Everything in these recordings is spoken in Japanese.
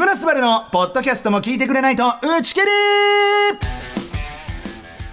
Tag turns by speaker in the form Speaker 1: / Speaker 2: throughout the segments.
Speaker 1: ラスバルのポッドキャストも聞いてくれないと打ち切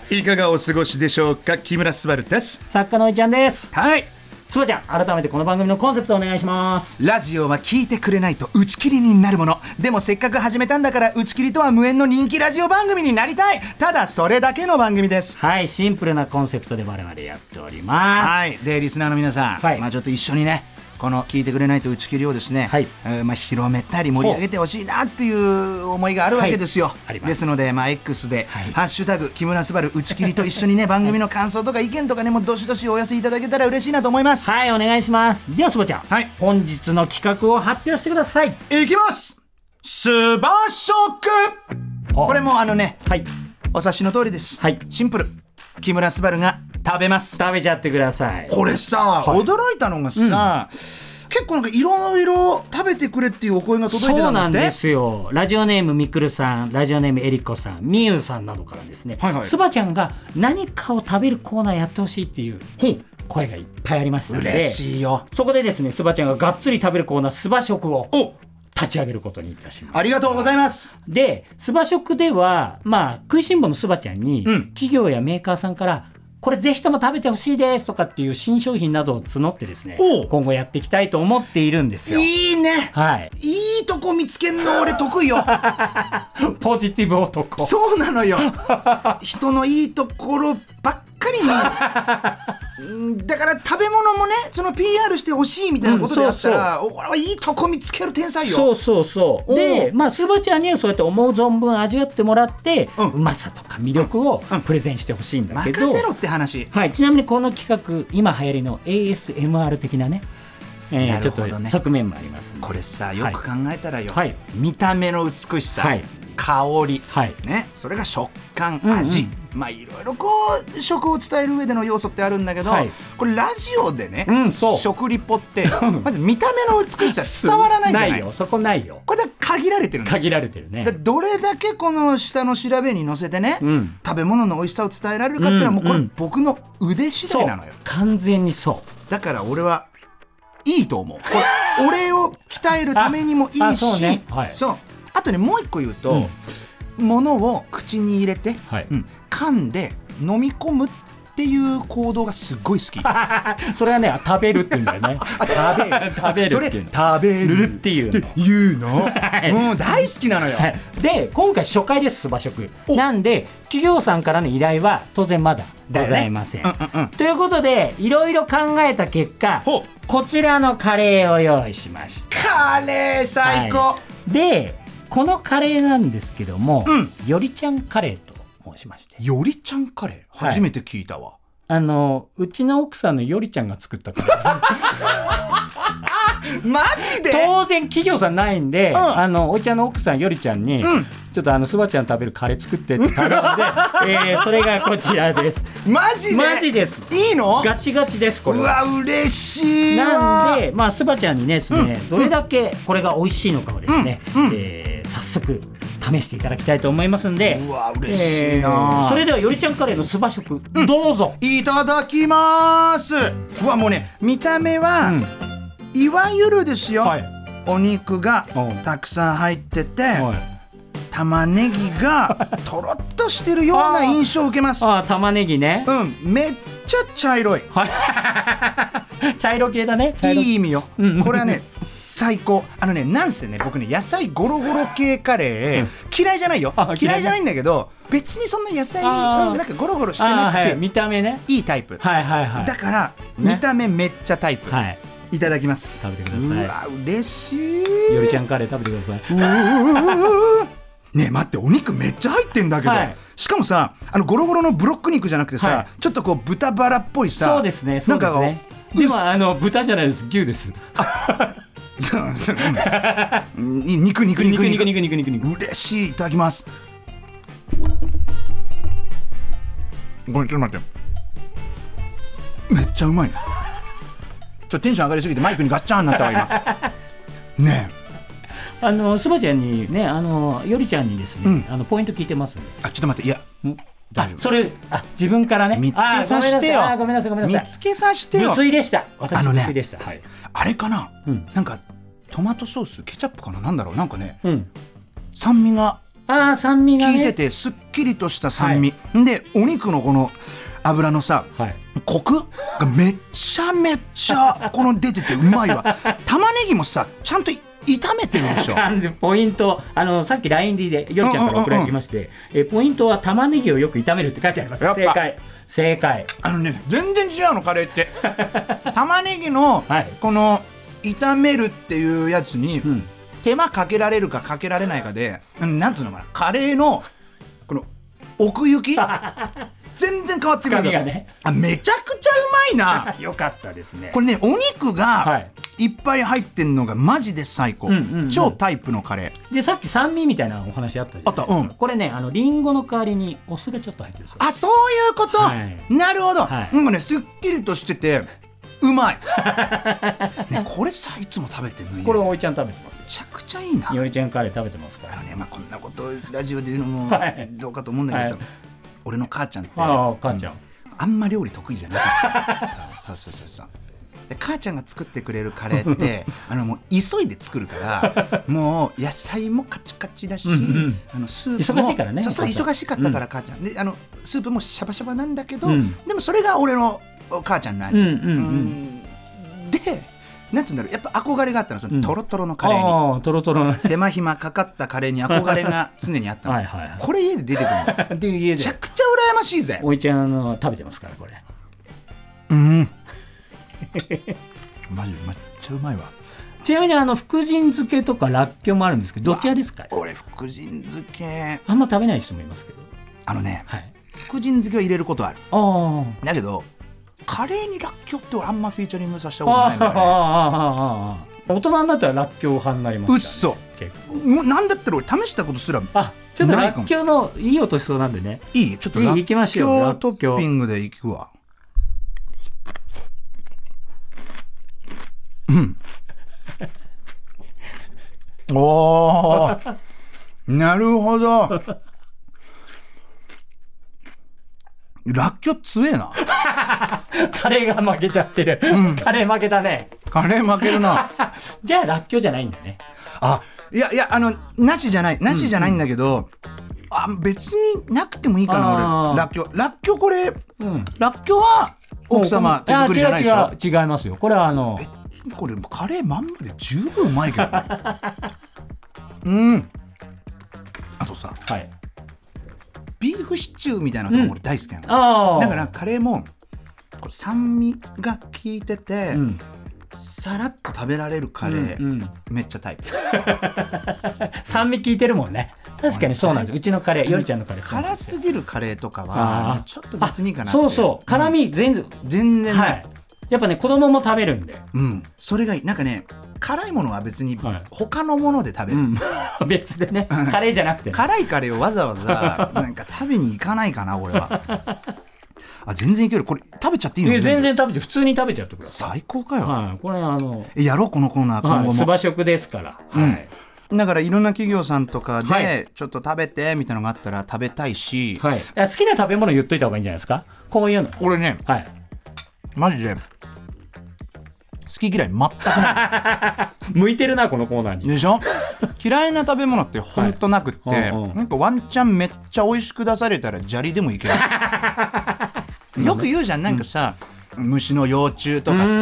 Speaker 1: りいかがお過ごしでしょうか木村すばるです
Speaker 2: 作家のおいちゃんです
Speaker 1: はい
Speaker 2: すばちゃん改めてこの番組のコンセプトお願いします
Speaker 1: ラジオは聞いてくれないと打ち切りになるものでもせっかく始めたんだから打ち切りとは無縁の人気ラジオ番組になりたいただそれだけの番組です
Speaker 2: はいシンプルなコンセプトで我々やっておりま
Speaker 1: はいでリスナーの皆さん、
Speaker 2: はい
Speaker 1: まあちょっと一緒にねこの聞いてくれないと打ち切りをですね、
Speaker 2: はい
Speaker 1: えーまあ広めたり盛り上げてほしいなっていう思いがあるわけですよ、
Speaker 2: はいあります
Speaker 1: ですのでまあ X で、
Speaker 2: はい
Speaker 1: ハッシュタグ木村昴打ち切りと一緒に ね番組の感想とか意見とかねもうどしどしお寄せいただけたら嬉しいなと思いますす、
Speaker 2: はいお願いしますではすばちゃん、
Speaker 1: はい
Speaker 2: 本日の企画を発表してください
Speaker 1: い、きますスバショックこれもあのね
Speaker 2: はい
Speaker 1: お察しの通りです、
Speaker 2: はい
Speaker 1: シンプル木村昴が食べます
Speaker 2: 食べちゃってください
Speaker 1: これさ、驚いたのがさ、結構なんかいろいろ食べてくれっていうお声が届いて
Speaker 2: そ
Speaker 1: た
Speaker 2: うん
Speaker 1: だ
Speaker 2: な
Speaker 1: っ
Speaker 2: ん
Speaker 1: て
Speaker 2: ですよラジオネームみくるさんラジオネームえりこさんみゆさんなどからですね
Speaker 1: はいはい
Speaker 2: すば、ちゃんが何かを食べるコーナーやってほしいっていう声がいっぱいありましたので
Speaker 1: 嬉しいよ
Speaker 2: そこでですねすばちゃんががっつり食べるコーナーすば食を
Speaker 1: お
Speaker 2: 立ち上げることにいたします
Speaker 1: ありがとうございます
Speaker 2: で、スバ食では、まあ、食いしん坊のスバちゃんに、
Speaker 1: うん
Speaker 2: 企業やメーカーさんから、これぜひとも食べてほしいですとかっていう新商品などを募ってですね
Speaker 1: おう、
Speaker 2: 今後やっていきたいと思っているんですよ。
Speaker 1: いいね
Speaker 2: はい。
Speaker 1: いいとこ見つけんの俺得意よ
Speaker 2: ポジティブ男。
Speaker 1: そうなのよ人のいいところばっかり見るうんだから食べ物もねその PR してほしいみたいなことであったら、俺はいいとこ見つける天才よ
Speaker 2: そうそうそう。で
Speaker 1: お、う
Speaker 2: まあ、スバちゃんにはそうやって思う存分味わってもらって、
Speaker 1: う
Speaker 2: うんまさとか魅力をプレゼンしてほしいんだけど、
Speaker 1: 任せろって話
Speaker 2: はい、ちなみにこの企画、今流行りの ASMR 的なね、え
Speaker 1: な
Speaker 2: ーち
Speaker 1: る
Speaker 2: ょっ
Speaker 1: ほど
Speaker 2: と
Speaker 1: ね
Speaker 2: 側面もありますんで
Speaker 1: これさよく考えたらよ、
Speaker 2: はい
Speaker 1: 見た目の美しさ、
Speaker 2: はい
Speaker 1: 香り、
Speaker 2: はい。
Speaker 1: ね、それが食感
Speaker 2: うんうん
Speaker 1: 味、まあいろいろこう食を伝える上での要素ってあるんだけど、
Speaker 2: はい
Speaker 1: これラジオでね、
Speaker 2: うんそう
Speaker 1: 食リポ ってまず見た目の美しさ伝わらないじゃない
Speaker 2: よそこないよ
Speaker 1: これだ限られてるんですよ
Speaker 2: 限られてるね
Speaker 1: だからどれだけこの下の調べに乗せてね、
Speaker 2: うん
Speaker 1: 食べ物の美味しさを伝えられるかっていうのはもうこ
Speaker 2: う
Speaker 1: れ
Speaker 2: ん
Speaker 1: 僕の腕次
Speaker 2: そ
Speaker 1: 第
Speaker 2: う
Speaker 1: なのよ、
Speaker 2: 完全にそ
Speaker 1: だから俺はいいと思うこれ 俺を鍛えるためにもい
Speaker 2: あ
Speaker 1: い
Speaker 2: あ
Speaker 1: し
Speaker 2: そうねはい
Speaker 1: そうあとねもう一個言うと、物を口に入れて、
Speaker 2: はい
Speaker 1: うん噛んで飲み込むっていう行動がすっごい好きあ
Speaker 2: う それはね食べるって言うんだよね
Speaker 1: 食べる
Speaker 2: 食べる
Speaker 1: それ
Speaker 2: っていうの
Speaker 1: 食べ
Speaker 2: る
Speaker 1: る
Speaker 2: るっていうの
Speaker 1: 言うの、
Speaker 2: い
Speaker 1: もう大好きなのよ、
Speaker 2: はいで今回初回ですスバ食
Speaker 1: お
Speaker 2: なんで企業さんからの依頼は当然まだ
Speaker 1: だ
Speaker 2: ご
Speaker 1: よね
Speaker 2: ざいません、
Speaker 1: うんうんうん
Speaker 2: ということでいろいろ考えた結果
Speaker 1: ほう
Speaker 2: こちらのカレーを用意しまし
Speaker 1: カ
Speaker 2: た
Speaker 1: レー最高、
Speaker 2: はいでこのカレーなんですけども、
Speaker 1: うん
Speaker 2: よりちゃんカレーと申しまして
Speaker 1: よりちゃんカレー
Speaker 2: はい
Speaker 1: 初めて聞いたわ、
Speaker 2: あのうちの奥さんのよりちゃんが作ったカレー
Speaker 1: マジで
Speaker 2: 当然企業さんないんで、
Speaker 1: ん
Speaker 2: あのおいちゃんの奥さんよりちゃんに、
Speaker 1: うん
Speaker 2: ちょっとあのすばちゃん食べるカレー作ってって頼んで、 えーそれがこちらです
Speaker 1: マジで
Speaker 2: マジです
Speaker 1: いいの
Speaker 2: ガチガチですこれ
Speaker 1: うわ
Speaker 2: は
Speaker 1: 嬉しいわ
Speaker 2: なんでまあすばちゃんにねですね、どれだけこれが美味しいのかをですね、
Speaker 1: うんうん
Speaker 2: えー早速試していただきたいと思いますんで
Speaker 1: うわ嬉しいな
Speaker 2: えーそれではよりちゃんカレーのすば食、どうぞ
Speaker 1: いただきますうわもうね見た目は、
Speaker 2: うん
Speaker 1: いわゆるですよ、
Speaker 2: はい
Speaker 1: お肉が
Speaker 2: うん
Speaker 1: たくさん入ってて、
Speaker 2: はい
Speaker 1: 玉ねぎがとろっとしてるような印象を受けます
Speaker 2: ああ玉ねぎね、
Speaker 1: うんめっちゃ茶色い
Speaker 2: 茶色系だね茶色
Speaker 1: いい意味よ、
Speaker 2: うん
Speaker 1: これはね最高あのねなんせね僕ね野菜ゴロゴロ系カレー、嫌いじゃないよ
Speaker 2: あ
Speaker 1: 嫌い
Speaker 2: 嫌い
Speaker 1: じ
Speaker 2: じ
Speaker 1: ゃな
Speaker 2: ゃない
Speaker 1: いんだけど別にそんな野菜
Speaker 2: あー
Speaker 1: うんなんかゴロゴロして
Speaker 2: あ
Speaker 1: な
Speaker 2: あ
Speaker 1: くて
Speaker 2: はい見た目ね
Speaker 1: いいタイプ、
Speaker 2: はいはいはい
Speaker 1: だから、
Speaker 2: ね
Speaker 1: 見た目めっちゃタイプ、
Speaker 2: はい
Speaker 1: い、ただきます
Speaker 2: 食べてくださいう
Speaker 1: わ嬉しい
Speaker 2: よりちゃんカレー食べてください。
Speaker 1: ねえ待ってお肉めっちゃ入ってんだけど、
Speaker 2: はい
Speaker 1: しかもさあのゴロゴロのブロック肉じゃなくてさ、
Speaker 2: は
Speaker 1: ちょっとこう豚バラっぽいさ
Speaker 2: そうですね、そうです
Speaker 1: なん
Speaker 2: ね
Speaker 1: か。
Speaker 2: でもあの豚じゃないです、牛です。
Speaker 1: そうそううんに肉肉肉
Speaker 2: 肉
Speaker 1: 肉
Speaker 2: 肉肉肉肉肉。
Speaker 1: 嬉しいいただきますごめんちょっと待ってめっちゃうまいねちょっとテンション上がりすぎてマイクにガッチャンになったわ今ねえ
Speaker 2: あのスバちゃんにね、あのよりちゃんにですね、あのポイント聞いてますんで。
Speaker 1: あちょっと待っていや
Speaker 2: ん
Speaker 1: 大
Speaker 2: あ
Speaker 1: 丈、夫
Speaker 2: それあ自分からね。
Speaker 1: 見つけさせてよ
Speaker 2: あごめんなさい、あごめんなさい、ごめんな
Speaker 1: 見
Speaker 2: さ
Speaker 1: つけさせて
Speaker 2: い。無
Speaker 1: よ
Speaker 2: 水でした。
Speaker 1: あ
Speaker 2: 私
Speaker 1: のね
Speaker 2: 無水でした。はい。
Speaker 1: あれかな、
Speaker 2: ん
Speaker 1: なんかトマトソースケチャップかななんだろうなんかね、
Speaker 2: うん。
Speaker 1: 酸味が
Speaker 2: ああ酸味
Speaker 1: 効
Speaker 2: がね
Speaker 1: いててすっきりとした酸味、でお肉のこの脂のさ
Speaker 2: はい
Speaker 1: コクがめちゃめち ゃこの出ててうまいわ玉ねぎもさちゃんと炒めてるでしょ
Speaker 2: 完全ポイントあのさっき LINE でよりちゃんから送られてきまして、えポイントは玉ねぎをよく炒めるって書いてあります
Speaker 1: やっぱ
Speaker 2: 正解正解
Speaker 1: あのね全然違うのカレーって 玉ねぎの
Speaker 2: はい
Speaker 1: この炒めるっていうやつに、
Speaker 2: ん
Speaker 1: 手間かけられるかかけられないかでうんなんつうのかなカレーのこの奥行 き全然変わってくるんだよ
Speaker 2: 深みがね
Speaker 1: あめちゃくちゃうまいな
Speaker 2: よかったですね
Speaker 1: これねお肉
Speaker 2: は
Speaker 1: が
Speaker 2: い
Speaker 1: いっぱい入ってんのがマジで最高、
Speaker 2: んうんうん
Speaker 1: 超タイプのカレー
Speaker 2: でさっき酸味みたいなお話あったじゃないですか
Speaker 1: あったうん
Speaker 2: これねあのリンゴの代わりにお酢がちょっと入ってるんですよ
Speaker 1: あそういうこと、
Speaker 2: はい
Speaker 1: なるほど、
Speaker 2: はい
Speaker 1: なんかねすっきりとしててう まい、ね、これさいつも食べてるのいい
Speaker 2: これおいちゃん食べてますよ
Speaker 1: めちゃくちゃいいな。
Speaker 2: いおいちゃんカレー食べてますから
Speaker 1: あのね、まあ、こんなことラジオで言うのも
Speaker 2: はい
Speaker 1: どうかと思うんだけどさ、
Speaker 2: はい
Speaker 1: 俺の母ちゃんって
Speaker 2: ああ母ちゃん
Speaker 1: あんま料理得意じゃなかったそうそうそうそうで母ちゃんが作ってくれるカレーってあのもう急いで作るからもう野菜もカチカチだし、
Speaker 2: うんうん
Speaker 1: あのスープも
Speaker 2: 忙しいからね
Speaker 1: そうそう
Speaker 2: お母さん
Speaker 1: 忙しかったから母ちゃん、であのスープもシャバシャバなんだけど、
Speaker 2: うん
Speaker 1: でもそれが俺のお母ちゃんの味、
Speaker 2: うんうんうん
Speaker 1: うんでなんつうんだろうやっぱ憧れがあったのそのトロトロのカレーに、
Speaker 2: ああトロトロのはい
Speaker 1: 手間暇かかったカレーに憧れが常にあったの
Speaker 2: はいは
Speaker 1: これ家で出 てくるのめ
Speaker 2: いっていう家で
Speaker 1: ちゃくちゃ羨ましいぜ
Speaker 2: おいちゃんの食べてますからこれ
Speaker 1: うん マジめっちゃうまいわ
Speaker 2: ちなみにあの福神漬けとからっきょうもあるんですけどどちらですか
Speaker 1: 俺福神漬け
Speaker 2: あんま食べない人もいますけど
Speaker 1: あのね
Speaker 2: はい
Speaker 1: 福神漬けは入れることある
Speaker 2: ああ
Speaker 1: だけどカレーにらっきょうって俺あんまフィーチャリングさせたことないん
Speaker 2: ああ
Speaker 1: だ
Speaker 2: あ
Speaker 1: よね
Speaker 2: あああ大人になったららっきょう派になりま
Speaker 1: うっ
Speaker 2: す
Speaker 1: そ
Speaker 2: からね結構
Speaker 1: もうなんだったら俺試したことすら
Speaker 2: あちょっと
Speaker 1: な
Speaker 2: ら
Speaker 1: いか
Speaker 2: っ
Speaker 1: も
Speaker 2: きょうのいい音しそうなんでね
Speaker 1: いいちょっと
Speaker 2: いい
Speaker 1: らっ
Speaker 2: 行きまし
Speaker 1: き
Speaker 2: ょう
Speaker 1: ょ
Speaker 2: ら
Speaker 1: う
Speaker 2: っきょ
Speaker 1: ト
Speaker 2: う
Speaker 1: ッピングでいくわうんおーなるほどらっきょう強えな
Speaker 2: カレーが負けちゃってる、カレー負けたね
Speaker 1: カレー負けるな
Speaker 2: じゃあらっきょうじゃないんだね
Speaker 1: あいやいやあのなしじゃないなしじゃないんだけど、あ別になくてもいいかな
Speaker 2: あー
Speaker 1: 俺らっきょうらっきょうこれ
Speaker 2: うん
Speaker 1: らっきょうは奥様手作りじゃないでしょ
Speaker 2: あ違う違う違いますよこれはあの
Speaker 1: これカレーまんまで十分うまいけど ねうんあとさ
Speaker 2: はい
Speaker 1: ビーフシチューみたいなのとか俺大好きなの、
Speaker 2: ああ
Speaker 1: だからカレーもこう酸味が効いてて、
Speaker 2: うん
Speaker 1: さらっと食べられるカレー、
Speaker 2: うんうん
Speaker 1: めっちゃタイプ
Speaker 2: 酸味効いてるもんね確かにそうなんですうちのカレーよりちゃんのカレー
Speaker 1: 辛すぎるカレーとかは
Speaker 2: あー
Speaker 1: ちょっと別にいいかなって
Speaker 2: そうそう辛み全然、
Speaker 1: 全然な、
Speaker 2: はいいやっぱね子供も食べるんで
Speaker 1: うん、それがいいなんかね辛いものは別に
Speaker 2: はい
Speaker 1: 他のもので食べ
Speaker 2: う
Speaker 1: る、
Speaker 2: ん 別でねカレーじゃなくてね
Speaker 1: 辛いカレーをわざわ ざなんか食べに行かないかな俺はあ全然いけるこれ食べちゃっていいの
Speaker 2: え全
Speaker 1: 部
Speaker 2: 然食べて普通に食べちゃってくださ
Speaker 1: 最高かよ、
Speaker 2: いはいこれあの
Speaker 1: えやろうこのコーナー今
Speaker 2: はい
Speaker 1: 後
Speaker 2: 素
Speaker 1: も、
Speaker 2: 場食ですからはい、
Speaker 1: だからいろんな企業さんとかで、
Speaker 2: はい
Speaker 1: ちょっと食べてみたいなのがあったら食べたいし、
Speaker 2: はい、好きな食べ物言っといた方がいいんじゃないですかこういうの
Speaker 1: 俺ね
Speaker 2: はい
Speaker 1: マジで好き嫌い全くない
Speaker 2: 向いてるなこのコーナーに
Speaker 1: でしょ嫌いな食べ物ってほんとなくって、
Speaker 2: はいうんうん
Speaker 1: なんかワンチャンめっちゃ美味しく出されたら砂利でもいける よく言うじゃんなんかさ、虫の幼虫とかさ、
Speaker 2: うんうんう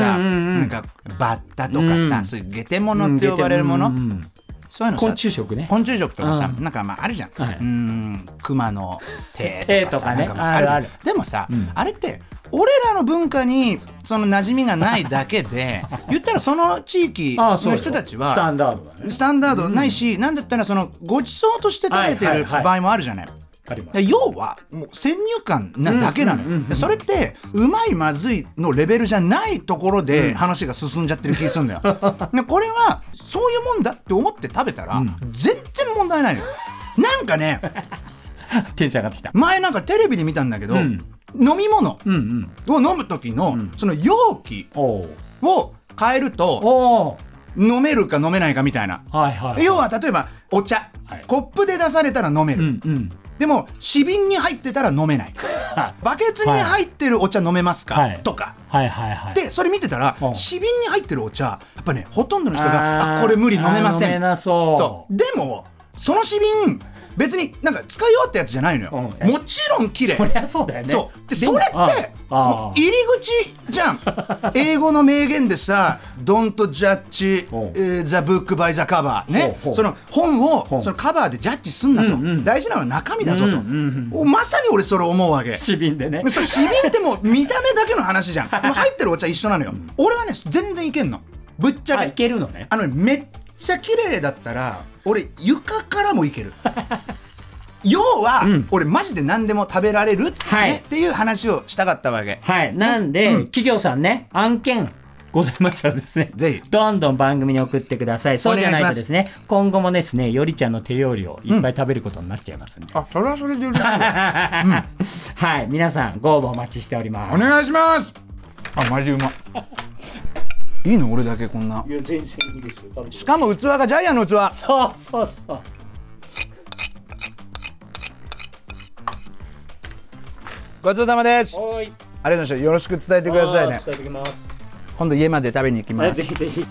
Speaker 2: ん
Speaker 1: なんかバッタとかさ、
Speaker 2: うん
Speaker 1: そういうゲテモノって呼ばれるもの、
Speaker 2: うんうん
Speaker 1: そういうのさ
Speaker 2: 昆虫食ね
Speaker 1: 昆虫食とかさ、
Speaker 2: う
Speaker 1: なんかまああるじゃん、
Speaker 2: はいう
Speaker 1: ーん熊の手とかさ
Speaker 2: 手とかね
Speaker 1: なんま
Speaker 2: あるあ
Speaker 1: でもさ、
Speaker 2: ん
Speaker 1: あれって俺らの文化にその馴染みがないだけ で言ったらその地域
Speaker 2: あ
Speaker 1: の
Speaker 2: あそうよ
Speaker 1: 人たち
Speaker 2: スタ
Speaker 1: は
Speaker 2: ンダードだね
Speaker 1: スタンダードないし、なんだったらそのごちそうとして食べて
Speaker 2: はい
Speaker 1: る
Speaker 2: はいはい
Speaker 1: 場合もあるじゃない。
Speaker 2: ありま
Speaker 1: だ
Speaker 2: す
Speaker 1: から要はもう先入観なだけなのよ、
Speaker 2: うんうんうんうん
Speaker 1: それってうまいまずいのレベルじゃないところで話が進んじゃってる気がする んだよ、でこれはそういうもんだって思って食べたら全然問題ないのよなんかね
Speaker 2: テンション上がってきた
Speaker 1: 前なんかテレビで見たんだけど、
Speaker 2: ん
Speaker 1: 飲み物を
Speaker 2: うんうん
Speaker 1: 飲む時のその容器
Speaker 2: おお
Speaker 1: を変えると
Speaker 2: おお
Speaker 1: 飲めるか飲めないかみたいな
Speaker 2: はいはい
Speaker 1: 要は例えばお茶、
Speaker 2: はい
Speaker 1: コップで出されたら飲め
Speaker 2: う
Speaker 1: る、
Speaker 2: んうん
Speaker 1: でも紙瓶に入ってたら飲めない
Speaker 2: は
Speaker 1: バケツに入ってるお茶飲めますか、
Speaker 2: はい
Speaker 1: とか。
Speaker 2: いはいはいはい
Speaker 1: で、それ見てたら、
Speaker 2: うん
Speaker 1: 紙瓶に入ってるお茶、やっぱね、ほとんどの人が、あこれ無理飲めませ
Speaker 2: あー
Speaker 1: ん。
Speaker 2: 飲めなそう
Speaker 1: そう。でも、その紙瓶別になんか使い終わったやつじゃないのよ、
Speaker 2: うん
Speaker 1: もちろん綺麗
Speaker 2: そりゃそうだよね
Speaker 1: そうで
Speaker 2: も
Speaker 1: それって
Speaker 2: あ
Speaker 1: も
Speaker 2: あ
Speaker 1: う入り口じゃ ん英語の名言でさ「Don't judge
Speaker 2: ほう
Speaker 1: eh, the book by the cover ね」
Speaker 2: ほうほう
Speaker 1: その本
Speaker 2: ほ
Speaker 1: を
Speaker 2: う
Speaker 1: そのカバーでジャッジすんなと、
Speaker 2: うんうん
Speaker 1: 大事なのは中身だぞと、
Speaker 2: うんうん
Speaker 1: おまさに俺それ思う わけ
Speaker 2: 市民でね
Speaker 1: それ紙瓶ってもう見た目だけの話じゃんもう入ってるお茶一緒なのよ、俺はね全然いけんのぶっちゃ
Speaker 2: あ
Speaker 1: け
Speaker 2: いけるのね
Speaker 1: あのねめっちゃ綺麗だったら俺床からもい ける要は、
Speaker 2: うん
Speaker 1: 俺マジで何でも食べられる、
Speaker 2: はい
Speaker 1: ね、っていう話をしたかったわけ
Speaker 2: はいなんで、
Speaker 1: うん
Speaker 2: 企業さんね案件ございましたらですね
Speaker 1: ぜひ
Speaker 2: どんどん番組に送ってくださいそうじゃないとですね今後もですねよりちゃんの手料理をいっぱい食べることになっちゃいますんで、
Speaker 1: あそれはそれで嬉しいお
Speaker 2: はい皆さんご応募お待ちしております
Speaker 1: 願いしますあマジうまいいの俺だけこんない
Speaker 2: や全然いいですよ多分
Speaker 1: しかも器がジャイアンの器
Speaker 2: そうそうそう
Speaker 1: ごちそうさまです
Speaker 2: お
Speaker 1: あ
Speaker 2: い
Speaker 1: りがとうございましたよろしく伝えてくださいね
Speaker 2: 伝えてきます
Speaker 1: 今度家まで食べに行きます
Speaker 2: ぜひぜひ